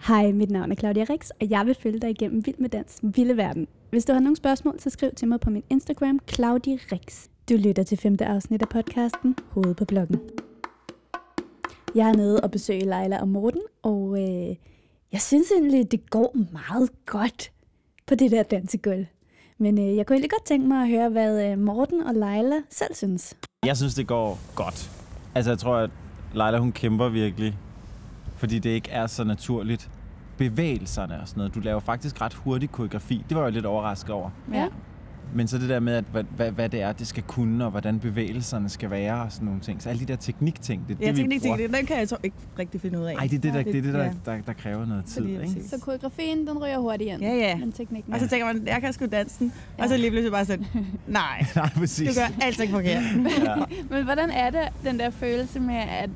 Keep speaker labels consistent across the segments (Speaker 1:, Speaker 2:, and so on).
Speaker 1: Hej, mit navn er Claudia Rix, og jeg vil følge dig igennem Vild med Dans Vilde Verden. Hvis du har nogle spørgsmål, så skriv til mig på min Instagram, Claudia Rix. Du lytter til femte afsnit af podcasten Hoved på blokken. Jeg er nede og besøge Leila og Morten, og øh, jeg synes egentlig, det går meget godt på det der dansegulv. Men øh, jeg kunne egentlig godt tænke mig at høre, hvad øh, Morten og Leila selv synes.
Speaker 2: Jeg synes, det går godt. Altså, jeg tror, at Leila, hun kæmper virkelig, fordi det ikke er så naturligt. Bevægelserne og sådan noget. Du laver faktisk ret hurtig koreografi. Det var jeg lidt overrasket over.
Speaker 1: Ja.
Speaker 2: Men så det der med, at hvad, hvad, hvad det er, det skal kunne, og hvordan bevægelserne skal være og sådan nogle ting. Så alle de der teknikting, det er
Speaker 3: Ja,
Speaker 2: det, vi
Speaker 3: teknik,
Speaker 2: bruger.
Speaker 3: teknik, den kan jeg så ikke rigtig finde ud af.
Speaker 2: Ej, det er det, der, det, er det, der,
Speaker 3: Ja.
Speaker 2: der, der kræver noget tid,
Speaker 3: Fordi jeg
Speaker 2: ikke?
Speaker 3: præcis.
Speaker 4: Så koreografien, den ryger hurtigt ind.
Speaker 3: Ja, ja.
Speaker 4: Men teknikken
Speaker 3: Og så tænker man, jeg kan sgu dansen. Ja. Og så
Speaker 4: Ja.
Speaker 3: lige pludselig bare sådan, nej,
Speaker 2: Nej,
Speaker 3: du
Speaker 2: præcis.
Speaker 3: gør alting forkert.
Speaker 2: Ja.
Speaker 4: Men hvordan er det, den der følelse med, at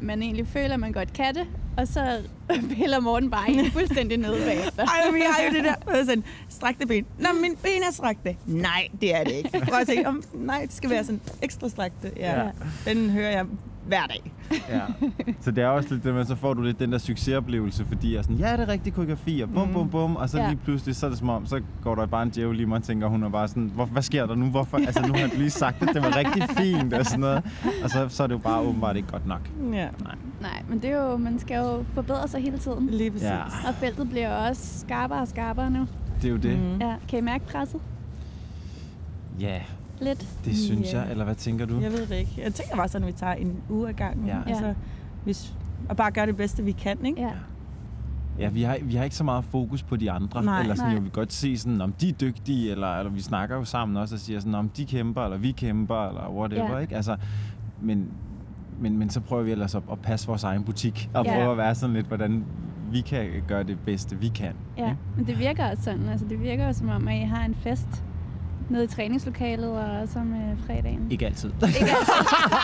Speaker 4: man egentlig føler, at man godt kan det, og så piller Morten bare en fuldstændig ned bagefter.
Speaker 3: Ej, vi har jo det der. Og sådan, strakte ben. Nå, min ben er strakte. Nej, det er det ikke. Prøv at tænke, om, nej, det skal være sådan ekstra strakte. Ja.
Speaker 2: Ja.
Speaker 3: ja. Den hører jeg hver dag.
Speaker 2: Ja. Så det er også lidt det, men så får du lidt den der succesoplevelse, fordi jeg er sådan, ja, det er rigtig koreografi, og bum, bum, bum, og så
Speaker 4: Ja.
Speaker 2: lige pludselig, så er det som om, så går der bare en djævel i mig, og tænker hun er bare sådan, Hvor, hvad sker der nu, hvorfor, altså nu har jeg lige sagt, at det var rigtig fint, og sådan noget, og så, så er det jo bare åbenbart ikke godt nok.
Speaker 3: Ja,
Speaker 4: Nej, men det er jo, man skal jo forbedre sig hele tiden.
Speaker 3: lige præcis.
Speaker 2: Ja,
Speaker 3: Ja.
Speaker 4: Og feltet bliver jo også skarpere og skarpere nu.
Speaker 2: det er jo det.
Speaker 3: Mm.
Speaker 4: Ja. Kan I mærke presset?
Speaker 2: Ja,
Speaker 4: Lidt.
Speaker 2: det synes
Speaker 3: Ja.
Speaker 2: jeg, eller hvad tænker du?
Speaker 3: Jeg ved det ikke. Jeg tænker bare sådan, at vi tager en uge ad gangen.
Speaker 2: Ja.
Speaker 3: Ja. Altså, hvis, og bare gør det bedste, vi kan, ikke?
Speaker 4: Ja.
Speaker 2: Ja, vi har, vi har ikke så meget fokus på de andre.
Speaker 3: Nej.
Speaker 2: eller sådan,
Speaker 4: Nej.
Speaker 2: jo, vi kan godt se, sådan, om de er dygtige, eller, eller vi snakker jo sammen også og siger, sådan, om de kæmper, eller vi kæmper, eller whatever.
Speaker 4: Ja.
Speaker 2: Ikke? Altså, men, men, men så prøver vi ellers at, at passe vores egen butik, og
Speaker 4: Ja.
Speaker 2: prøve at være sådan lidt, hvordan vi kan gøre det bedste, vi kan.
Speaker 4: ja.
Speaker 2: ikke?
Speaker 4: Men det virker også sådan. Altså, det virker jo som om, at I har en fest nede i træningslokalet, og som øh, fredagen.
Speaker 2: Ikke altid.
Speaker 4: Det er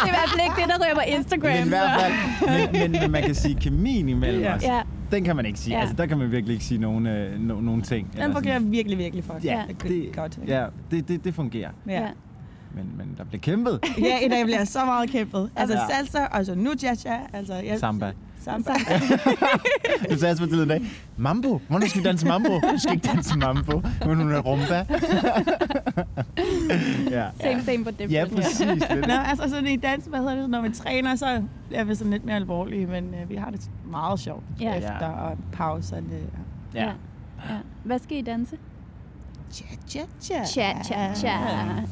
Speaker 4: i hvert fald ikke det, der ryger på Instagram.
Speaker 2: men i hvert
Speaker 4: så.
Speaker 2: fald, men, men, men man kan sige, kemien imellem
Speaker 3: Ja.
Speaker 2: os,
Speaker 4: Ja.
Speaker 2: den kan man ikke sige.
Speaker 4: Ja.
Speaker 2: Altså, der kan man virkelig ikke sige nogen, øh, no, nogen ting. eller
Speaker 3: Den
Speaker 2: sådan.
Speaker 3: fungerer virkelig, virkelig fucking
Speaker 2: Ja,
Speaker 3: det, godt. ikke?
Speaker 2: Ja, det, det, det fungerer.
Speaker 3: Ja.
Speaker 4: Ja.
Speaker 2: Men, men der bliver kæmpet.
Speaker 3: Ja, i dag bliver jeg så meget kæmpet. Altså
Speaker 2: Ja.
Speaker 3: ja. salsa, altså nu jaja, altså jeg,
Speaker 2: Samba.
Speaker 3: samba.
Speaker 2: Du sagde også forleden dag, mambo, hvornår skal vi danse mambo? Du skal ikke danse mambo, men hun er rumba. ja.
Speaker 4: Same, same, but different.
Speaker 2: ja, præcis. Lidt.
Speaker 3: Nå, altså sådan i dans, hvad hedder det, når man træner, så er vi sådan lidt mere alvorlige, men øh, vi har det meget sjovt
Speaker 4: Ja.
Speaker 3: ja. efter og pauserne. og
Speaker 2: Ja.
Speaker 4: Ja. Hvad skal I danse?
Speaker 3: Cha, cha, cha.
Speaker 4: Cha, cha, cha.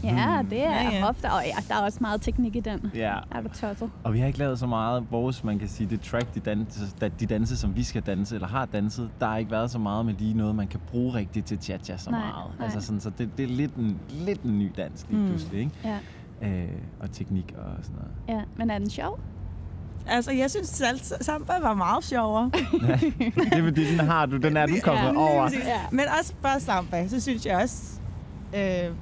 Speaker 4: Ja, det er
Speaker 3: Mm. Ja,
Speaker 4: ja,
Speaker 3: ja.
Speaker 4: ja. ofte. Og ja, der er også meget teknik i den.
Speaker 2: ja.
Speaker 4: Er du tosset?
Speaker 2: Og vi har ikke lavet så meget vores, man kan sige, det track, de danse, da- de danse, som vi skal danse, eller har danset, der har ikke været så meget med lige noget, man kan bruge rigtigt til cha-cha så
Speaker 4: Nej,
Speaker 2: meget.
Speaker 4: nej.
Speaker 2: Altså sådan, så det, det er lidt en, lidt en ny dans lige
Speaker 3: Mm.
Speaker 2: pludselig, ikke?
Speaker 4: Ja,
Speaker 2: Øh, og teknik og sådan noget.
Speaker 4: ja. Men er den sjov?
Speaker 3: Altså, jeg synes salsa, samba var meget sjovere.
Speaker 2: Det er fordi, den har du, den er du kommet
Speaker 4: lige
Speaker 2: over.
Speaker 3: præcis.
Speaker 4: Ja.
Speaker 3: Men også bare samba, så synes jeg også, øh,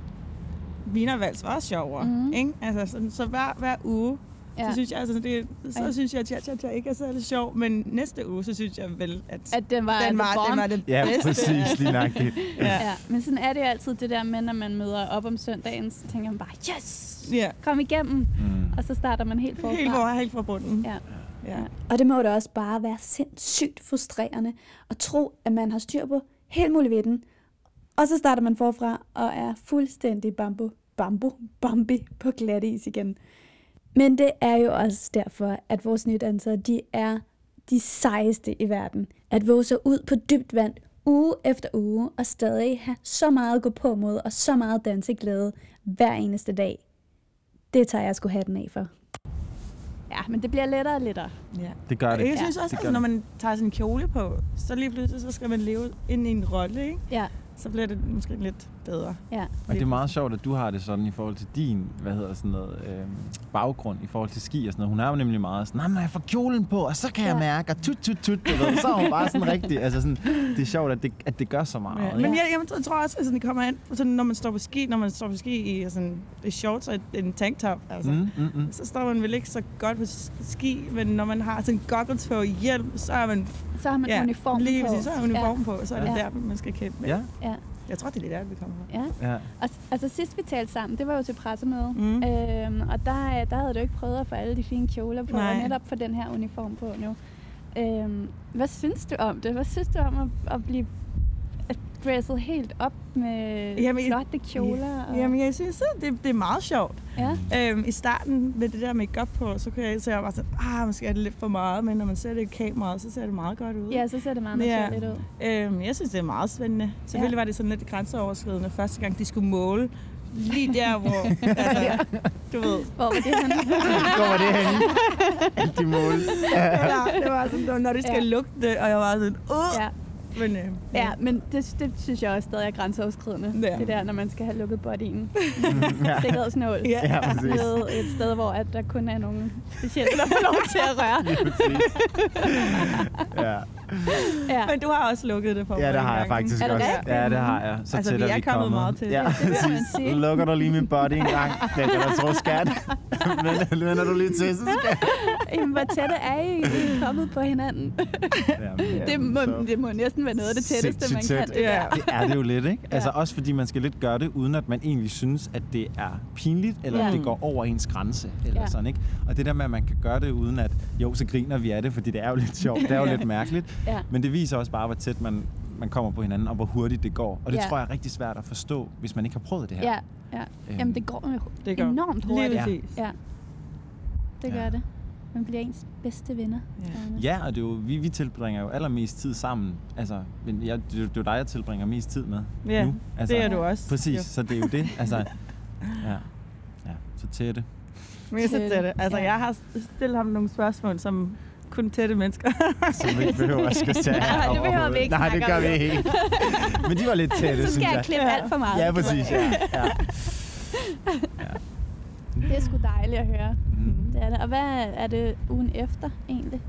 Speaker 3: vinervals var også sjovere.
Speaker 4: Mhm.
Speaker 3: Mm. Ikke? Altså, sådan, så hver, hver uge,
Speaker 4: Ja.
Speaker 3: Så synes jeg, altså, det,
Speaker 4: Ej.
Speaker 3: så synes jeg, at cha cha cha ikke er særlig sjov, men næste uge, så synes jeg vel, at,
Speaker 4: At den var
Speaker 3: den,
Speaker 4: altså
Speaker 3: var, den
Speaker 4: bomb.
Speaker 3: var det
Speaker 2: Ja,
Speaker 3: bedste.
Speaker 2: præcis, lige nøjagtigt.
Speaker 3: Ja.
Speaker 4: Ja, men sådan er det jo altid det der med, når man møder op om søndagen, så tænker man bare, yes,
Speaker 3: Ja.
Speaker 4: kom igennem.
Speaker 2: Mm.
Speaker 4: Og så starter man helt forfra.
Speaker 3: Helt, fra, helt fra bunden.
Speaker 4: Ja.
Speaker 3: ja.
Speaker 1: Og det må da også bare være sindssygt frustrerende at tro, at man har styr på hele muligheden. Og så starter man forfra og er fuldstændig bambu, bambu, bambi på glat is igen. Men det er jo også derfor, at vores nydansere, de er de sejeste i verden. At våge sig ud på dybt vand uge efter uge og stadig have så meget at gå på mod og så meget danseglæde hver eneste dag. Det tager jeg sgu hatten af for.
Speaker 4: Ja, men det bliver lettere og lettere.
Speaker 3: ja.
Speaker 2: Det gør det.
Speaker 3: Jeg synes
Speaker 4: Ja,
Speaker 3: også,
Speaker 2: det gør
Speaker 3: at når man tager sådan en kjole på, så lige pludselig så skal man leve ind i en rolle, ikke?
Speaker 4: Ja,
Speaker 3: Så bliver det måske lidt bedre.
Speaker 4: ja.
Speaker 2: Og det er meget sjovt, at du har det sådan i forhold til din, hvad hedder sådan noget, øh, baggrund i forhold til ski og sådan noget. Hun har jo nemlig meget sådan, nej, men jeg får kjolen på, og så kan jeg
Speaker 4: Ja.
Speaker 2: mærke, og tut, tut, tut, du ved, så er hun bare sådan rigtig, altså sådan, det er sjovt, at det, at det gør så meget.
Speaker 3: Ja.
Speaker 2: ikke?
Speaker 3: Men jeg, jeg, jeg tror også, at sådan, det kommer an på, sådan, når man står på ski, når man står på ski i sådan, i shorts og et- en tanktop, altså. Mm.
Speaker 2: Mm, mm, mm.
Speaker 3: Så står man vel ikke så godt på s- ski, men når man har sådan goggles på og hjelm, så er man
Speaker 4: Så har man ja, uniform
Speaker 3: lige
Speaker 4: på.
Speaker 3: præcis, så er uniform ja. på, så er det
Speaker 4: Ja.
Speaker 3: der, man skal kæmpe med.
Speaker 2: Ja,
Speaker 4: Ja,
Speaker 3: Jeg tror, det er lidt der, vi kommer fra.
Speaker 4: ja.
Speaker 2: ja.
Speaker 4: Og, altså sidst vi talte sammen, det var jo til pressemøde.
Speaker 3: Mm.
Speaker 4: Øhm, og der, øh, der havde du ikke prøvet at få alle de fine kjoler på, Nej.
Speaker 3: Nej.
Speaker 4: og netop få den her uniform på nu. Øhm, hvad synes du om det? Hvad synes du om at, at blive at dresset helt op med
Speaker 3: Jamen,
Speaker 4: jamen,
Speaker 3: jeg-
Speaker 4: flotte kjoler? Og,
Speaker 3: Jamen, jeg synes, at det, det er meget sjovt.
Speaker 4: ja.
Speaker 3: Øhm, I starten med det der makeup på, så kunne jeg, så jeg var bare sådan, ah, måske er det lidt for meget, men når man ser det i kameraet, så ser det meget godt ud.
Speaker 4: ja, så ser det meget
Speaker 3: Ja.
Speaker 4: naturligt ud.
Speaker 3: Øhm, jeg synes, det er meget spændende. Selvfølgelig
Speaker 4: Ja.
Speaker 3: var det sådan lidt grænseoverskridende første gang, de skulle måle lige der, hvor... altså, du ved.
Speaker 4: Hvor var det henne?
Speaker 2: Hvor var det henne? De mål.
Speaker 3: Ja, det var sådan, når de skal
Speaker 4: Ja.
Speaker 3: ja. lugte det, og jeg var sådan, åh! Ja.
Speaker 4: ja.
Speaker 3: Men, øh,
Speaker 4: ja, men det, det synes jeg også stadig er grænseoverskridende. Ja.
Speaker 3: Ja.
Speaker 4: Det der, når man skal have lukket bodyen.
Speaker 2: Ja.
Speaker 4: Sikkerhedsnål.
Speaker 3: Ja.
Speaker 2: ja, præcis.
Speaker 4: Med et sted, hvor at der kun er nogen specielt, der får lov til at røre.
Speaker 2: Lige præcis. Ja.
Speaker 4: Ja.
Speaker 3: Men du har også lukket det for mig
Speaker 2: ja, det har jeg
Speaker 3: engang.
Speaker 2: faktisk
Speaker 4: Er det
Speaker 2: også.
Speaker 4: rigtigt?
Speaker 2: Ja, det har jeg. Så
Speaker 3: Altså,
Speaker 2: tæt
Speaker 3: vi er kommet
Speaker 2: kommet
Speaker 3: meget til det.
Speaker 2: Ja,
Speaker 3: Det
Speaker 4: vil man
Speaker 2: præcis.
Speaker 4: sige.
Speaker 2: Lukker du lige min body en gang? Det kan jeg tro, skat. Men vender du lige til, så skat.
Speaker 4: Jamen, hvor tætte er I egentlig kommet på hinanden?
Speaker 2: Ja, men,
Speaker 4: Det må,
Speaker 2: så-
Speaker 4: det må næsten være noget af det tætteste, man
Speaker 2: Sindssygt
Speaker 4: kan.
Speaker 2: tæt.
Speaker 4: Det der.
Speaker 3: Ja.
Speaker 2: Det er det jo lidt, ikke?
Speaker 4: Ja.
Speaker 2: Altså også fordi man skal lidt gøre det, uden at man egentlig synes, at det er pinligt, eller
Speaker 4: Ja.
Speaker 2: ja. det går over ens grænse, eller
Speaker 4: Ja.
Speaker 2: ja. sådan, ikke? Og det der med, at man kan gøre det, uden at, jo, så griner vi af det, fordi det er jo lidt sjovt, det er jo
Speaker 3: Ja.
Speaker 2: lidt mærkeligt.
Speaker 4: Ja.
Speaker 2: Men det viser også bare, hvor tæt man, man kommer på hinanden, og hvor hurtigt det går. Og det
Speaker 4: Ja.
Speaker 2: tror jeg er rigtig svært at forstå, hvis man ikke har prøvet det her. Øhm,
Speaker 4: Ja, ja. Jamen, det går jo
Speaker 3: Det går.
Speaker 4: enormt
Speaker 3: Lige
Speaker 4: hurtigt.
Speaker 2: Ja.
Speaker 3: præcis.
Speaker 4: Ja, det gør
Speaker 2: Ja.
Speaker 4: det. Man bliver ens bedste venner.
Speaker 3: Ja.
Speaker 4: nærmest.
Speaker 2: Ja, og det er jo, vi, vi tilbringer jo allermest tid sammen. Altså, men jeg, det, er jo- det er jo dig, jeg tilbringer mest tid med
Speaker 3: Ja,
Speaker 2: nu. Altså,
Speaker 3: det er du også.
Speaker 2: Præcis,
Speaker 3: Jo.
Speaker 2: så det er jo det. Altså, ja. ja, så tætte.
Speaker 3: Men så tætte. Altså,
Speaker 4: Ja.
Speaker 3: ja. jeg har stillet ham nogle spørgsmål, som kun tætte mennesker.
Speaker 2: Som vi ikke behøver at skal tage
Speaker 4: Nej,
Speaker 2: her
Speaker 4: det behøver vi
Speaker 2: overhovedet.
Speaker 4: ikke
Speaker 2: Nej, det
Speaker 4: snakke
Speaker 2: gør
Speaker 4: om.
Speaker 2: vi ikke. Men de var lidt tætte,
Speaker 4: Så skal
Speaker 2: synes
Speaker 4: jeg klippe
Speaker 3: Ja.
Speaker 4: alt for meget.
Speaker 2: Ja, præcis. Ja. ja.
Speaker 4: Det er sgu dejligt at høre.
Speaker 2: Mm.
Speaker 4: Det er det. Og hvad er det ugen efter egentlig?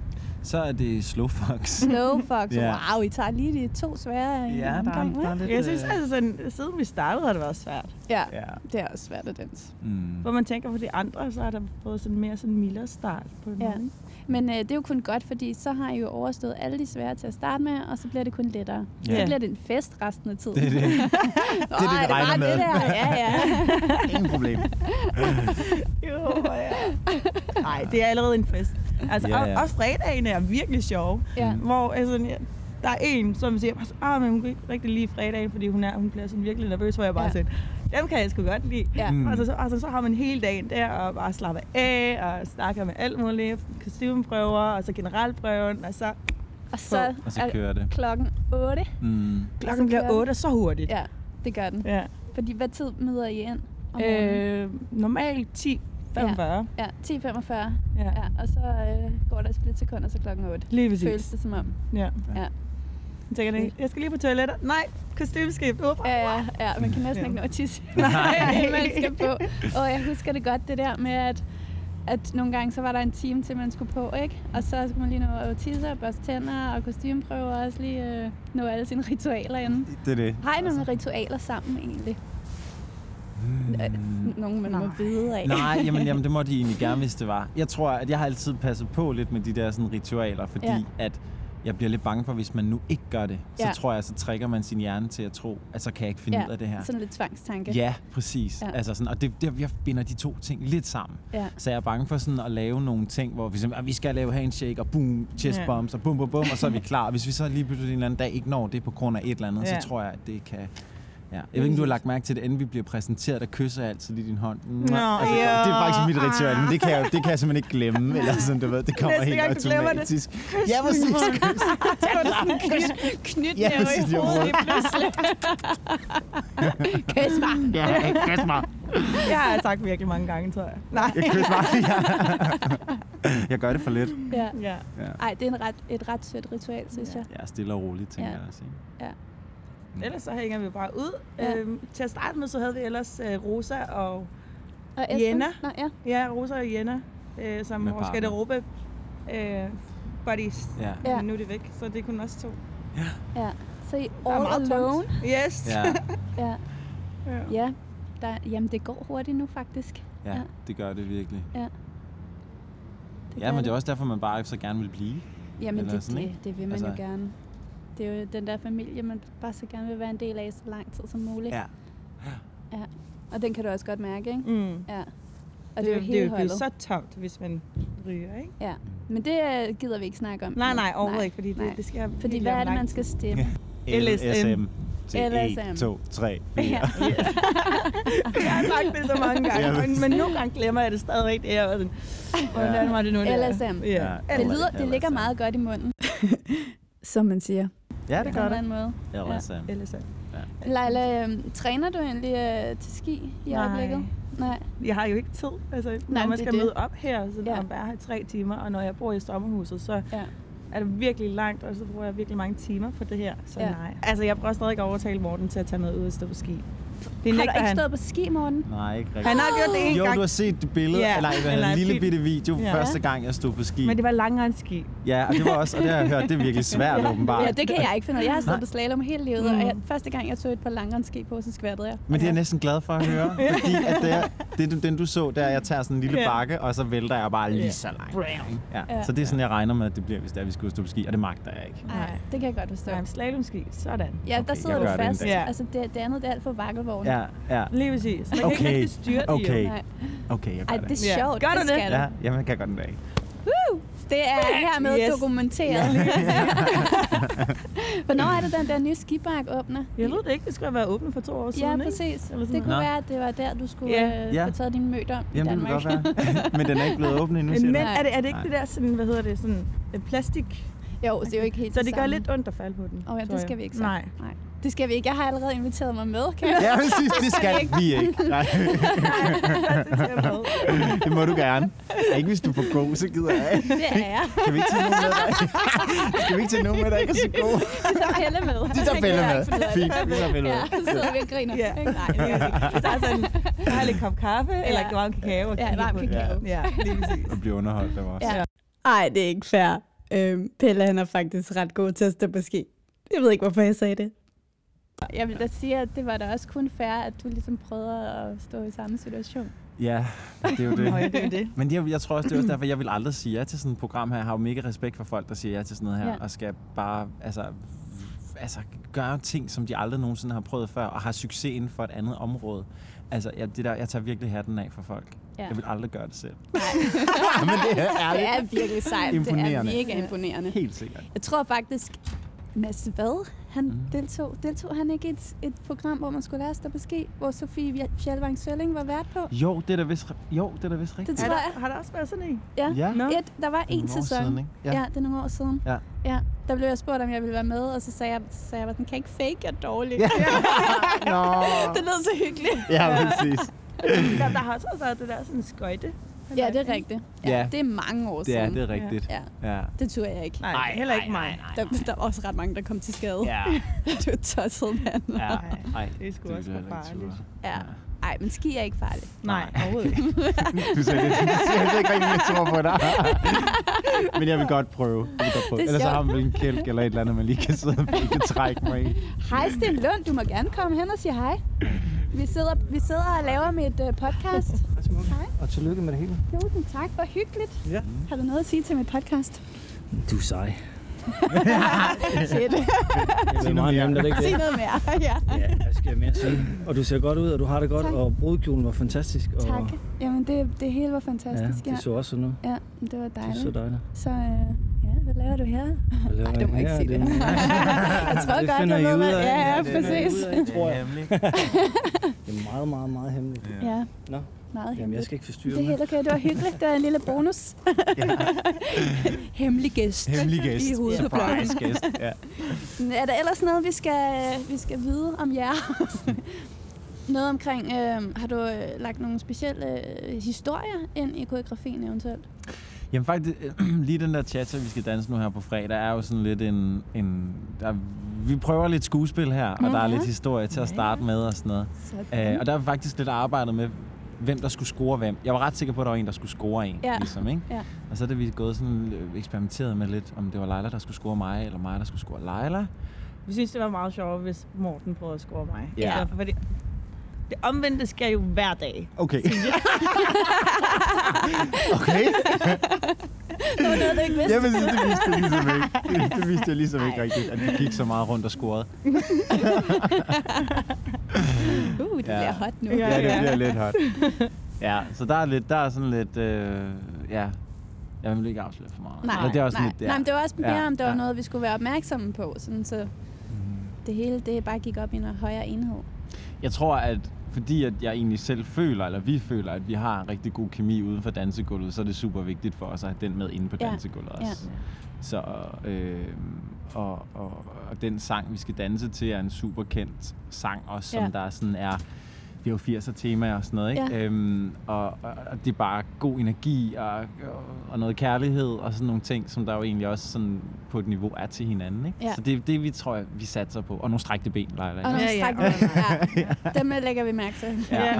Speaker 2: Så er det Slow Fox.
Speaker 4: Slow Fox.
Speaker 2: Ja.
Speaker 4: Wow, I tager lige de to svære i en omgang, hva'?
Speaker 2: lidt...
Speaker 3: jeg synes, altså, sådan, siden vi startede, har det været svært.
Speaker 4: Ja,
Speaker 2: Ja.
Speaker 4: det er også svært at danse.
Speaker 2: Mm.
Speaker 3: Hvor man tænker på de andre, så har der fået sådan mere sådan en mildere start på en
Speaker 4: Ja.
Speaker 3: ja. måde.
Speaker 4: Men øh, det er jo kun godt, fordi så har I jo overstået alle de svære til at starte med, og så bliver det kun lettere.
Speaker 2: Ja.
Speaker 4: Så bliver det en fest resten af tiden.
Speaker 2: Det er det.
Speaker 4: det,
Speaker 2: vi regner
Speaker 4: bare
Speaker 2: med.
Speaker 4: Det der. Ja, ja.
Speaker 2: Ingen problem.
Speaker 3: Jo, ja. Nej, det er allerede en fest. Altså,
Speaker 2: Ja,
Speaker 3: yeah.
Speaker 2: ja.
Speaker 3: og, og fredagene er virkelig sjove.
Speaker 4: ja.
Speaker 2: Mm.
Speaker 3: Hvor altså, ja, der er en, som siger, at men hun kan ikke rigtig lide fredagen, fordi hun, er, hun bliver sådan virkelig nervøs, hvor jeg bare
Speaker 4: Ja.
Speaker 3: ja. sådan, dem kan jeg sgu godt lide.
Speaker 4: Ja.
Speaker 2: Mm.
Speaker 3: Altså, så, altså, så har man hele dagen der og bare slappe af og snakker med alt muligt. Kostymeprøver og så generalprøven. Og så
Speaker 4: Og så,
Speaker 2: Og så kører det.
Speaker 4: klokken 8.
Speaker 2: Mm.
Speaker 3: klokken bliver
Speaker 4: kører den.
Speaker 3: 8 og så hurtigt.
Speaker 4: Ja, det gør den.
Speaker 3: ja.
Speaker 4: Fordi hvad tid møder I ind? Om morgenen?
Speaker 3: Øh, normalt 10, 45. Ja.
Speaker 4: Ja, 10.45. Ja.
Speaker 3: Ja.
Speaker 4: ja. Og så øh, går der et splitsekund, og så klokken 8.
Speaker 3: Lige præcis.
Speaker 4: Føles det som om.
Speaker 3: ja.
Speaker 4: Ja.
Speaker 3: Jeg tænker, jeg, jeg skal lige på toilettet. Nej, kostymeskift. Uh,
Speaker 4: Ja, ja, ja, man kan næsten
Speaker 3: Ja.
Speaker 4: ikke nå at tisse, Nej. man skal på. Og jeg husker det godt, det der med, at, at nogle gange, så var der en time til, man skulle på, ikke? Og så skulle man lige nå at tisse og børste tænder og kostymeprøve og også lige øh, nå alle sine ritualer inden.
Speaker 2: Det er det.
Speaker 4: Har I nogle ritualer sammen egentlig?
Speaker 3: Øh,
Speaker 4: Mm. Nogle, man må
Speaker 3: Nej.
Speaker 4: vide af.
Speaker 2: Nej, jamen, jamen det må de egentlig gerne, hvis det var. Jeg tror, at jeg har altid passet på lidt med de der sådan, ritualer, fordi
Speaker 4: Ja.
Speaker 2: ja. at jeg bliver lidt bange for, hvis man nu ikke gør det, så
Speaker 4: Ja.
Speaker 2: tror jeg, så trækker man sin hjerne til at tro, at så kan jeg ikke finde ud af det her.
Speaker 4: sådan lidt tvangstanke.
Speaker 2: Ja, præcis.
Speaker 4: Ja.
Speaker 2: Ja. Altså sådan, og det, det, jeg binder de to ting lidt sammen.
Speaker 4: Ja.
Speaker 2: Så jeg er bange for sådan at lave nogle ting, hvor vi, simpelthen, "Ah, vi skal lave handshake og boom, chest
Speaker 3: Ja.
Speaker 2: bumps og bum, bum, bum, og så er vi klar. Hvis vi så lige pludselig en eller anden dag ikke når det på grund af et eller andet,
Speaker 3: Ja.
Speaker 2: så tror jeg, at det kan... Ja. Jeg ved ikke, om du har lagt mærke til det, inden vi bliver præsenteret, der kysser jeg altid lige din hånd. Nå, altså,
Speaker 3: ja.
Speaker 2: Det er faktisk mit ritual, men det kan jeg, det kan jeg simpelthen ikke glemme. Eller sådan, du ved, det kommer
Speaker 3: Næste
Speaker 2: helt
Speaker 3: gang, du glemmer det,
Speaker 2: automatisk. Ja, præcis. Kys.
Speaker 4: Så er det sådan en knyt, knyt
Speaker 2: Ja,
Speaker 4: ja, i
Speaker 2: præcis, i
Speaker 4: hovedet
Speaker 2: hovedet.
Speaker 4: lige pludselig. Kys mig.
Speaker 2: Ja, kys mig.
Speaker 3: Jeg har sagt virkelig mange gange, tror jeg. Nej.
Speaker 2: Jeg kys mig. Ja. Jeg gør det for lidt.
Speaker 4: Ja.
Speaker 3: Ja.
Speaker 2: Ja.
Speaker 4: Ej, det er en ret, et ret sødt ritual, synes jeg.
Speaker 2: Ja, stille og roligt, tænker
Speaker 4: Ja.
Speaker 2: ja. jeg også. ikke?
Speaker 3: Ellers så hænger vi bare ud.
Speaker 4: Ja.
Speaker 3: Ja. Øhm, til at starte med, så havde vi ellers øh, Rosa og,
Speaker 4: Og Esben?
Speaker 3: Jenna?
Speaker 4: Nå, ja.
Speaker 3: ja, Rosa og Jenna, øh, som
Speaker 2: Med
Speaker 3: vores
Speaker 2: partner.
Speaker 3: garderobe øh, buddies.
Speaker 2: Ja.
Speaker 4: Ja.
Speaker 3: Ja. Men nu er det væk, så det er kun os to. Der
Speaker 4: ja. Så I
Speaker 3: er
Speaker 4: all
Speaker 3: meget
Speaker 4: alone?
Speaker 3: Tomt. Yes.
Speaker 2: Ja,
Speaker 4: Ja.
Speaker 3: Ja.
Speaker 4: ja. Der, jamen, det går hurtigt nu, faktisk. Ja.
Speaker 2: ja, det gør det virkelig.
Speaker 4: Det
Speaker 2: Ja,
Speaker 4: gør
Speaker 2: men det er også derfor, man bare så gerne vil blive.
Speaker 4: Jamen,
Speaker 2: eller
Speaker 4: det,
Speaker 2: sådan,
Speaker 4: det,
Speaker 2: ikke?
Speaker 4: det vil man altså...
Speaker 2: Altså-
Speaker 4: jo gerne. Det er jo den der familie, man bare så gerne vil være en del af så lang tid som muligt.
Speaker 2: Ja.
Speaker 4: Og den kan du også godt mærke, ikke?
Speaker 3: Mm.
Speaker 4: Ja. Og det er jo
Speaker 3: det,
Speaker 4: hele
Speaker 3: det
Speaker 4: holdet.
Speaker 3: bliver så tomt, hvis man ryger, ikke?
Speaker 4: Men det øh, gider vi ikke snakke om.
Speaker 3: Nej,
Speaker 4: nu.
Speaker 3: nej, overhovedet ikke, fordi
Speaker 4: nej.
Speaker 3: det, det skal jeg
Speaker 4: Fordi
Speaker 3: virkelig
Speaker 4: hvad er det,
Speaker 3: omlagt.
Speaker 4: man skal stemme?
Speaker 3: LSM.
Speaker 2: Til
Speaker 4: LSM.
Speaker 2: 1, 2, 3, 4.
Speaker 4: Ja.
Speaker 3: Jeg har sagt det så mange gange,
Speaker 2: Ja, men-
Speaker 3: men, men nogle gange glemmer jeg det stadigvæk. Det er jo sådan, hvordan var det nu? det var?
Speaker 4: LSM.
Speaker 3: Ja.
Speaker 4: Det, lyder, det ligger meget godt i munden.
Speaker 1: Som man siger.
Speaker 2: Ja, det
Speaker 4: på en
Speaker 2: gør
Speaker 4: eller
Speaker 2: det.
Speaker 4: anden måde.
Speaker 2: LSM.
Speaker 3: LSM.
Speaker 4: Leila, øhm, træner du egentlig øh, til ski i
Speaker 3: Nej.
Speaker 4: øjeblikket? Nej.
Speaker 3: Jeg har jo ikke tid, altså,
Speaker 4: men
Speaker 3: når
Speaker 4: det er
Speaker 3: man skal
Speaker 4: det.
Speaker 3: møde op her, så
Speaker 4: Ja.
Speaker 3: ja. bare her i tre timer, og når jeg bor i sommerhuset, så
Speaker 4: Ja.
Speaker 3: er det virkelig langt, og så bruger jeg virkelig mange timer på det her, så
Speaker 4: Ja.
Speaker 3: ja. nej. Altså, jeg prøver stadig at overtale Morten til at tage med ud og stå på ski. Det
Speaker 4: Har
Speaker 3: nægter
Speaker 4: du ikke
Speaker 3: han.
Speaker 4: stået på ski, Morten?
Speaker 2: Nej, ikke rigtigt.
Speaker 3: Han har gjort det en
Speaker 2: Jo,
Speaker 3: gang,
Speaker 2: du har set det billede,
Speaker 3: Ja,
Speaker 2: yeah. eller, eller,
Speaker 3: eller
Speaker 2: en
Speaker 3: en
Speaker 2: lille
Speaker 3: film.
Speaker 2: bitte video,
Speaker 3: Ja.
Speaker 2: første gang jeg stod på ski.
Speaker 3: men det var langere end ski.
Speaker 2: Ja, og det var også, og det har jeg hørt, det er virkelig svært åbenbart.
Speaker 4: Ja, det kan jeg ikke finde ud af. Jeg har stået
Speaker 2: Nej.
Speaker 4: på slalom hele livet, og
Speaker 3: Mm.
Speaker 4: jeg, første gang jeg tog et par langrendsski på, så skvattede jeg. Altså,
Speaker 2: Men det er jeg næsten glad for at høre, fordi at der, det, du, den du så, der jeg tager sådan en lille
Speaker 3: Ja.
Speaker 2: bakke, og så vælter jeg bare lige
Speaker 3: Ja.
Speaker 2: så langt.
Speaker 3: Brown.
Speaker 2: Ja,
Speaker 4: Ja.
Speaker 2: så det er sådan, jeg regner med, at det bliver, hvis det er, vi skal ud og stå på ski, og det magter jeg ikke.
Speaker 4: Nej, det kan jeg godt forstå.
Speaker 3: Nej, slalomski. Sådan.
Speaker 4: Ja, der
Speaker 2: Okay,
Speaker 4: sidder
Speaker 2: jeg
Speaker 4: du
Speaker 2: gør det en
Speaker 4: fast.
Speaker 2: dag.
Speaker 4: Ja.
Speaker 3: Ja.
Speaker 4: Altså, det, det andet det er alt for vakkelvogn.
Speaker 2: Ja, ja,
Speaker 3: Lige præcis. Man kan ikke
Speaker 2: Okay.
Speaker 3: rigtig styre det
Speaker 2: Okay.
Speaker 3: jo.
Speaker 4: Nej.
Speaker 2: okay, jeg gør
Speaker 4: Ej, det
Speaker 2: det.
Speaker 4: er
Speaker 3: Ja.
Speaker 4: sjovt.
Speaker 3: Gør du det?
Speaker 4: skal
Speaker 2: Ja, jamen, jeg kan godt en dag.
Speaker 4: Woo! Det er hermed yes.
Speaker 3: Yes.
Speaker 4: dokumenteret. Hvornår er det, den der nye skibark åbner?
Speaker 3: Jeg ved det ikke. Det skulle have været åbent for to år siden,
Speaker 4: Ja,
Speaker 3: ikke?
Speaker 4: præcis.
Speaker 3: Eller sådan
Speaker 4: Det kunne
Speaker 2: noget.
Speaker 4: være, at det var der, du skulle
Speaker 3: Ja.
Speaker 4: yeah. øh,
Speaker 2: Ja.
Speaker 4: få taget din mødom i
Speaker 2: Jamen, det
Speaker 4: Danmark.
Speaker 2: vil godt være. Men den er ikke blevet åbnet endnu, siger
Speaker 3: Men
Speaker 2: du?
Speaker 3: er det, er det
Speaker 2: Nej.
Speaker 3: ikke det der sådan, hvad hedder det, sådan øh, plastik?
Speaker 4: jo, det er jo ikke helt
Speaker 3: Så det gør
Speaker 4: samme.
Speaker 3: lidt ondt at falde på den.
Speaker 4: Åh ja,
Speaker 3: tror
Speaker 4: det
Speaker 3: jeg.
Speaker 4: skal vi ikke så.
Speaker 3: Nej.
Speaker 4: Nej. Det skal vi ikke. Jeg har allerede inviteret mig med. Kan
Speaker 2: Ja, præcis, det skal
Speaker 4: vi ikke.
Speaker 2: vi ikke. Nej,
Speaker 3: Det skal jeg med.
Speaker 2: det må du gerne. Ikke hvis du er for god, så gider jeg ikke.
Speaker 4: det er jeg.
Speaker 2: Kan vi ikke tage nogen med dig? Skal vi ikke tage nogen med dig, ikke er så god?
Speaker 4: De tager Helle med.
Speaker 2: De tager
Speaker 4: Han
Speaker 2: Bella
Speaker 4: gider
Speaker 2: med.
Speaker 4: ikke finde ud af det.
Speaker 2: Fint, vi tager Bella
Speaker 4: Ja,
Speaker 2: med.
Speaker 4: så sidder vi og griner.
Speaker 3: Ja.
Speaker 4: ikke? Nej,
Speaker 3: Nej, det gør vi ikke. Vi tager sådan, jeg har lidt kop kaffe, eller
Speaker 4: Ja.
Speaker 3: ja. varm kakao. og
Speaker 4: Ja,
Speaker 3: kigger
Speaker 4: varm
Speaker 3: på det.
Speaker 4: kakao.
Speaker 3: Ja, lige præcis.
Speaker 2: Og blive underholdt af os.
Speaker 4: Ja.
Speaker 5: Ej, det er ikke fair. Øhm, Pelle, han er faktisk ret god til at stå på ski. Jeg ved ikke, hvorfor jeg sagde det.
Speaker 4: Jeg vil da sige, at det var da også kun fair, at du ligesom prøvede at stå i samme situation.
Speaker 2: Ja, det er jo
Speaker 3: Nå, ja,
Speaker 2: det.
Speaker 3: det er det.
Speaker 2: Men jeg, jeg tror også, det er også derfor, jeg vil aldrig sige ja til sådan et program her. Jeg har jo mega respekt for folk, der siger ja til sådan noget her,
Speaker 4: Ja.
Speaker 2: ja. og skal bare altså, altså, gøre ting, som de aldrig nogensinde har prøvet før, og har succes inden for et andet område. Altså, jeg, det der, jeg tager virkelig hatten af for folk.
Speaker 4: Ja.
Speaker 2: Ja. Jeg vil aldrig gøre det selv.
Speaker 4: Nej,
Speaker 2: Men det er
Speaker 4: det
Speaker 2: ærligt.
Speaker 4: er virkelig sejt. Det er
Speaker 2: Imponerende.
Speaker 4: mega imponerende.
Speaker 2: Helt sikkert.
Speaker 4: Jeg tror faktisk, Mads Vad, han
Speaker 2: Mm.
Speaker 4: deltog, deltog han ikke i et, et program, hvor man skulle lære at stå på ski, hvor Sofie Vja- Fjeldvang Sølling var vært på?
Speaker 2: Jo, det er da vist, jo, det er da vist rigtigt.
Speaker 4: Det
Speaker 3: Har
Speaker 4: tror jeg.
Speaker 3: der, har der også været sådan en?
Speaker 4: Ja.
Speaker 2: Ja.
Speaker 3: Nå.
Speaker 4: Et, der var
Speaker 2: Nogle
Speaker 4: en
Speaker 2: år
Speaker 4: sæson.
Speaker 2: siden, ikke?
Speaker 4: ja.
Speaker 2: Ja.
Speaker 4: ja, det er nogle år siden.
Speaker 2: Ja.
Speaker 4: ja. Der blev jeg spurgt, om jeg ville være med, og så sagde jeg, så sagde jeg bare sådan, kan jeg ikke fake, jeg er dårlig.
Speaker 2: Ja. Nå.
Speaker 4: det lød så hyggeligt.
Speaker 2: Ja, præcis.
Speaker 3: Der, der har også været det der sådan skøjte.
Speaker 4: Ja, det er rigtigt. Ja,
Speaker 2: Ja.
Speaker 4: Det er mange år
Speaker 2: Det
Speaker 4: siden.
Speaker 2: er, det er rigtigt.
Speaker 4: Ja,
Speaker 2: Ja.
Speaker 4: det turde jeg ikke.
Speaker 3: Nej,
Speaker 2: Ej,
Speaker 3: heller ikke
Speaker 2: ej,
Speaker 3: mig.
Speaker 2: ej,
Speaker 4: Der, der var også ret mange, der kom til skade.
Speaker 2: Ja.
Speaker 4: du er tosset, mand.
Speaker 2: Ja.
Speaker 3: Nej,
Speaker 2: Ej,
Speaker 3: det er sgu
Speaker 2: ville
Speaker 3: også
Speaker 2: jeg heller
Speaker 3: for
Speaker 2: ikke
Speaker 3: farligt.
Speaker 2: turde.
Speaker 4: Ja. Ej, men ski er ikke farligt.
Speaker 3: Nej,
Speaker 2: Nej.
Speaker 3: overhovedet ikke.
Speaker 2: Du sagde det. Du siger altså ikke rigtig, jeg tror på dig. Men jeg vil godt prøve. Jeg vil godt prøve.
Speaker 4: Det er
Speaker 2: Ellers så
Speaker 4: sjovt.
Speaker 2: har man vel en kælk eller et eller andet, man lige kan sidde og kan trække mig i.
Speaker 4: Hej, Sten Lund. Du må gerne komme hen og sige hej. Vi sidder, vi sidder og laver mit uh, podcast. Hej.
Speaker 6: Og tillykke med det hele.
Speaker 4: Tusind tak. Hvor hyggeligt.
Speaker 6: Ja.
Speaker 4: Har du noget at sige til mit podcast?
Speaker 6: Du er sej.
Speaker 4: Fedt.
Speaker 6: Det
Speaker 2: Sig
Speaker 6: er
Speaker 2: noget
Speaker 6: meget
Speaker 2: mere.
Speaker 6: nemt, er det ikke
Speaker 4: Sig
Speaker 6: det?
Speaker 4: noget mere. ja.
Speaker 6: Ja, hvad skal jeg mere sige? Og du ser godt ud, og du har det godt,
Speaker 4: Tak.
Speaker 6: og brudkjolen var fantastisk. Og,
Speaker 4: Tak. Jamen, det, det hele var
Speaker 6: Ja,
Speaker 4: fantastisk.
Speaker 6: det så også sådan ud.
Speaker 4: ja men det var
Speaker 6: Det er
Speaker 4: dejligt.
Speaker 6: så dejligt.
Speaker 4: Så øh, ja, hvad laver du her?
Speaker 6: Hvad laver
Speaker 4: du må
Speaker 6: jeg
Speaker 4: ikke
Speaker 6: her?
Speaker 4: sige det.
Speaker 6: er-
Speaker 4: Jeg tror
Speaker 6: det
Speaker 4: godt,
Speaker 6: finder
Speaker 4: jeg ved,
Speaker 6: I ud
Speaker 4: hvad-
Speaker 6: af.
Speaker 4: Ja, ja,
Speaker 6: det finder I
Speaker 4: præcis.
Speaker 6: ud af, tror jeg.
Speaker 2: hemmeligt.
Speaker 6: Det er meget, meget, meget hemmeligt.
Speaker 4: Ja.
Speaker 6: Nå.
Speaker 4: Meget
Speaker 6: Jamen, jeg
Speaker 4: hemmeligt.
Speaker 6: skal ikke forstyrre
Speaker 4: Det er
Speaker 6: mig.
Speaker 4: helt okay. Det var hyggeligt. Det var en lille bonus. Hemmelig gæst.
Speaker 2: Hemmelig gæst.
Speaker 4: I hovedet på blokken.
Speaker 2: Surprise gæst. Ja.
Speaker 4: Er der ellers noget, vi skal, vi skal vide om jer? noget omkring, øh, har du øh, lagt nogle specielle øh, historier ind i koreografien eventuelt?
Speaker 2: Jamen faktisk, lige den der chat, vi skal danse nu her på fredag, er jo sådan lidt en... en der, vi prøver lidt skuespil her, og
Speaker 4: Nå,
Speaker 2: der er
Speaker 4: Mhm. ja.
Speaker 2: lidt historie til at starte med og sådan noget. Øh, og der er faktisk lidt arbejdet med, hvem der skulle score hvem. Jeg var ret sikker på, at der var en, der skulle score en,
Speaker 4: Ja.
Speaker 2: ligesom, ikke?
Speaker 4: Ja.
Speaker 2: Og så er det vi gået sådan øh, eksperimenteret med lidt, om det var Leila, der skulle score mig, eller mig, der skulle score Leila.
Speaker 3: Vi synes, det var meget sjovt, hvis Morten prøvede at score mig.
Speaker 2: Ja.
Speaker 3: Altså, fordi det omvendte sker jo hver dag.
Speaker 2: Okay. okay.
Speaker 4: Det var noget, du ikke vidste.
Speaker 2: Jeg vil sige, det viste jeg ligesom ikke. Det- Det viste jeg ligesom ikke rigtigt, at vi gik så meget rundt og scorede.
Speaker 4: Uh, det
Speaker 2: Ja.
Speaker 4: Uh, bliver hot nu.
Speaker 3: Ja.
Speaker 2: Ja, det bliver lidt hot. Ja, så der er, lidt, der er sådan lidt... Øh, ja, jeg vil ikke afsløre for meget.
Speaker 4: Nej,
Speaker 2: Eller det er også
Speaker 4: nej.
Speaker 2: lidt, ja.
Speaker 4: nej, men det var også mere,
Speaker 2: Ja,
Speaker 4: om det var
Speaker 2: ja. Mm.
Speaker 4: noget, vi skulle være opmærksomme på. Sådan, så det hele det bare gik op i en højere enhed.
Speaker 2: Jeg tror, at fordi at jeg egentlig selv føler, eller vi føler, at vi har en rigtig god kemi uden for dansegulvet, så er det super vigtigt for os at have den med inde på
Speaker 4: Ja,
Speaker 2: dansegulvet
Speaker 4: ja.
Speaker 2: også. Så, øh, og, og, og den sang, vi skal danse til, er en super kendt sang også, som
Speaker 4: Ja.
Speaker 2: der sådan er... Vi har jo 80'er temaer og sådan noget, ikke?
Speaker 4: Ja.
Speaker 2: Øhm, og, og, og det er bare god energi og, og noget kærlighed og sådan nogle ting, som der jo egentlig også sådan på et niveau er til hinanden, ikke?
Speaker 4: Ja.
Speaker 2: Så det er det, vi tror, vi satser på. Og nogle strækte ben, Leila.
Speaker 4: Og
Speaker 2: ikke?
Speaker 4: nogle
Speaker 3: Ja,
Speaker 4: ja,
Speaker 3: ja.
Speaker 4: ja. ja. Dem øh, lægger vi mærke til.
Speaker 2: Ja.
Speaker 3: Ja,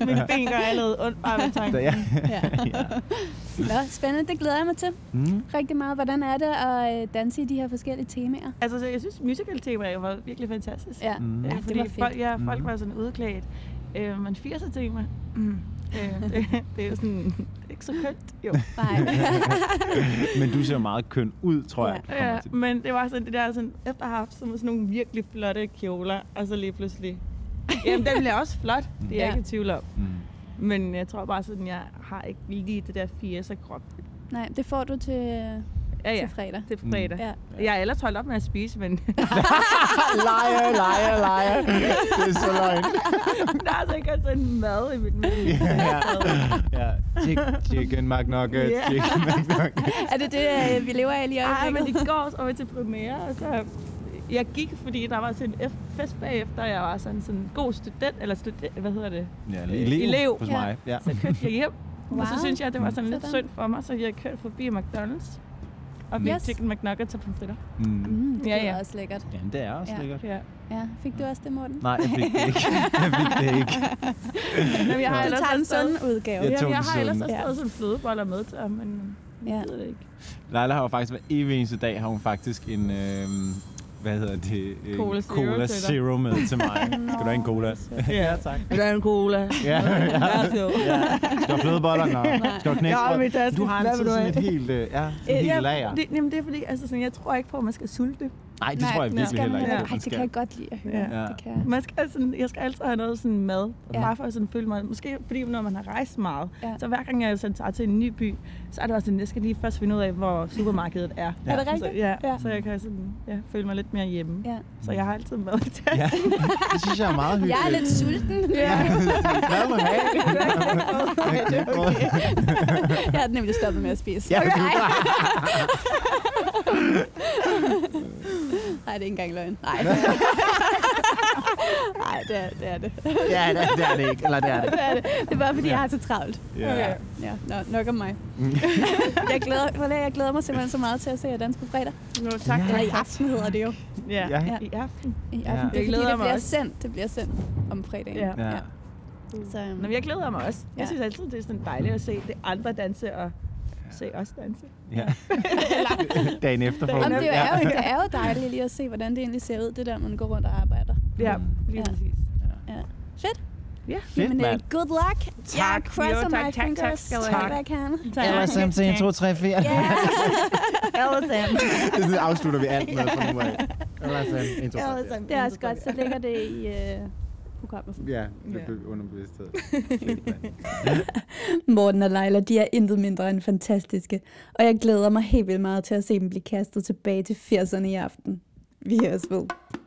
Speaker 3: mine ben gør allerede ondt bare ved tanken.
Speaker 2: Ja.
Speaker 4: Ja.
Speaker 2: ja.
Speaker 4: Nå, spændende, det glæder jeg mig til
Speaker 2: Mm.
Speaker 4: rigtig meget. Hvordan er det at øh, danse i de her forskellige temaer?
Speaker 3: Altså, så jeg synes, musical-temaet var virkelig fantastisk.
Speaker 4: Ja,
Speaker 2: Mm.
Speaker 3: Ja,
Speaker 4: ja det var
Speaker 3: fordi
Speaker 4: fedt.
Speaker 3: folk, ja, folk
Speaker 2: Mhm.
Speaker 3: var sådan udklædt. Øh, men 80'er tema, mm. øh, det, det er jo sådan ikke så kønt, jo.
Speaker 2: Men du ser meget køn ud, tror jeg. det kommer
Speaker 3: Ja,
Speaker 2: til.
Speaker 3: men det var sådan, det der sådan, efter at have haft sådan, sådan nogle virkelig flotte kjoler, og så lige pludselig, jamen den bliver også flot, det er jeg
Speaker 4: Ja.
Speaker 3: ikke i tvivl om.
Speaker 2: Mm.
Speaker 3: Men jeg tror bare sådan, jeg har ikke lige det der 80'er krop.
Speaker 4: Nej, det får du til,
Speaker 3: Ja, ja,
Speaker 4: til fredag.
Speaker 3: det er fredag.
Speaker 4: Mm. Ja.
Speaker 3: Jeg er ellers holdt op med at spise, men
Speaker 2: Leje, leje, leje. Det er så løgn.
Speaker 3: der er altså ikke altså en mad i mit menu.
Speaker 2: ja. ja. Chick- Chicken McNuggets.
Speaker 3: Ja.
Speaker 2: Chicken McNuggets.
Speaker 4: Er det det, øh, vi lever af lige i
Speaker 3: Ej, men i
Speaker 4: øjeblikket?
Speaker 3: går så var vi til premiere, og så jeg gik, fordi der var sådan en f- fest bagefter, og jeg var sådan sådan god student, eller student, hvad hedder det?
Speaker 2: Ja,
Speaker 3: elev Elev.
Speaker 2: hos
Speaker 4: Ja.
Speaker 2: mig. Ja.
Speaker 3: Så kørte jeg hjem, wow. og så
Speaker 4: Wow.
Speaker 3: synes jeg, det var sådan lidt
Speaker 4: Sådan.
Speaker 3: synd for mig, så jeg kørte forbi McDonald's. Og fik
Speaker 4: Yes.
Speaker 3: yes. chicken McNuggets og pomfritter.
Speaker 2: Mm.
Speaker 4: Mm, det
Speaker 3: Ja,
Speaker 4: lyder
Speaker 3: ja.
Speaker 4: også lækkert.
Speaker 2: Jamen, det er også
Speaker 4: Ja.
Speaker 2: lækkert.
Speaker 3: Ja.
Speaker 4: Ja, fik du også det, Morten?
Speaker 2: Nej, jeg fik det ikke. Jeg fik det ikke.
Speaker 3: Men jeg har
Speaker 4: Du
Speaker 3: ellers
Speaker 4: tager den
Speaker 3: også stadig-
Speaker 4: sunde udgave.
Speaker 2: Jeg
Speaker 3: Ja,
Speaker 2: tog
Speaker 3: jeg
Speaker 2: den
Speaker 3: har ellers
Speaker 2: sunde.
Speaker 3: også
Speaker 4: Ja.
Speaker 3: taget sådan flødeboller med til ham, men jeg
Speaker 4: Ja.
Speaker 3: ved det ikke.
Speaker 2: Leila har jo faktisk hver evig eneste dag, har hun faktisk en... Øh, hvad hedder det? Øh,
Speaker 3: Cola Zero
Speaker 2: cola
Speaker 3: til dig.
Speaker 2: Zero med til mig. Skal du have en cola?
Speaker 3: Ja, tak. Der er en cola.
Speaker 2: Ja, ja. ja. Skal du have flødeboller? Nej. Skal du knække?
Speaker 3: Ja, min taske.
Speaker 2: Du har
Speaker 3: Hvad
Speaker 2: altid
Speaker 3: vil du
Speaker 2: sådan et
Speaker 3: have?
Speaker 2: helt, øh, ja, sådan et helt lager.
Speaker 3: Det, jamen, det er fordi, altså, sådan, jeg tror ikke på, at man skal sulte.
Speaker 2: Nej, det tror jeg
Speaker 4: det
Speaker 2: virkelig
Speaker 4: skal
Speaker 2: heller
Speaker 4: man
Speaker 2: ikke. at
Speaker 4: heller ikke. Ej,
Speaker 2: man
Speaker 4: det
Speaker 2: skal.
Speaker 4: kan jeg godt lide at høre.
Speaker 3: Ja.
Speaker 4: Ja. Det kan jeg.
Speaker 3: Man skal, altså, sådan, jeg skal altid have noget sådan mad,
Speaker 2: Ja.
Speaker 3: ja. bare for at sådan føle mig, måske fordi når man har rejst meget,
Speaker 4: Ja.
Speaker 3: ja. så hver gang jeg sådan tager til en ny by, så er det også sådan, jeg skal lige først finde ud af, hvor supermarkedet er.
Speaker 2: Ja. Er det
Speaker 3: Så,
Speaker 4: rigtigt?
Speaker 3: ja,
Speaker 4: Ja.
Speaker 3: ja, så jeg kan sådan, ja, føle mig lidt mere hjemme.
Speaker 4: Ja.
Speaker 3: Så jeg har altid mad til.
Speaker 2: Ja, det synes jeg er meget hyggeligt.
Speaker 4: Jeg er lidt sulten.
Speaker 2: Ja, hvad vil du have? Hvad vil du have?
Speaker 4: Jeg har nemlig stoppet med at spise.
Speaker 2: Ja,
Speaker 4: Okay.
Speaker 2: du
Speaker 4: Ej. Nej, det er ikke engang løgn. Nej. Nej, det er det. Er det.
Speaker 2: Ja, det, det er det ikke. Eller det er det.
Speaker 4: Det, er det. det er bare, fordi jeg har så travlt.
Speaker 2: Ja.
Speaker 4: Ja, nå, nok om mig. jeg, glæder, prøv at høre, jeg glæder mig simpelthen så meget til at se jer danse på fredag.
Speaker 3: Nå, tak.
Speaker 4: Eller i aften hedder det jo.
Speaker 3: Ja.
Speaker 2: Ja.
Speaker 3: ja. I aften.
Speaker 4: I aften.
Speaker 2: Ja.
Speaker 4: Ja.
Speaker 2: Jeg
Speaker 4: Det er fordi,
Speaker 3: glæder
Speaker 4: det
Speaker 3: mig
Speaker 4: bliver
Speaker 3: også.
Speaker 4: sendt. Det bliver sendt om fredagen.
Speaker 3: Ja.
Speaker 2: Ja.
Speaker 4: Ja. Så, øhm,
Speaker 3: Nå, men jeg glæder mig også. Jeg
Speaker 4: Ja.
Speaker 3: synes altid, det er sådan dejligt at se det andre danse og se os danse.
Speaker 2: ja. Dagen efter får
Speaker 4: Jamen,
Speaker 2: du-
Speaker 4: det,
Speaker 2: ja.
Speaker 4: er jo, det er jo dejligt lige at se, hvordan det egentlig ser ud, det der, man går rundt og arbejder.
Speaker 3: Ja,
Speaker 2: Mm.
Speaker 3: lige
Speaker 4: Ja.
Speaker 3: præcis.
Speaker 4: Fedt.
Speaker 3: Ja.
Speaker 2: Fedt,
Speaker 4: Jamen, øh,
Speaker 2: mand.
Speaker 4: good luck.
Speaker 3: Tak.
Speaker 4: Jeg crosser
Speaker 3: Jo, tak,
Speaker 4: my
Speaker 3: tak, tak,
Speaker 4: fingers.
Speaker 3: skal du
Speaker 4: tak,
Speaker 3: have.
Speaker 4: hvad jeg kan.
Speaker 2: LSM til 1, 2, 3, 4.
Speaker 4: Yeah.
Speaker 3: Ellers
Speaker 2: Det afslutter vi alt med for nu af. LSM 1, 2, 3, 4.
Speaker 4: Det er også godt, så ligger det i øh, programmet.
Speaker 2: Ja,
Speaker 3: det blev
Speaker 2: underbevidsthed.
Speaker 5: Morten og Leila, de er intet mindre end fantastiske, og jeg glæder mig helt vildt meget til at se dem blive kastet tilbage til 80'erne i aften. Vi høres ved.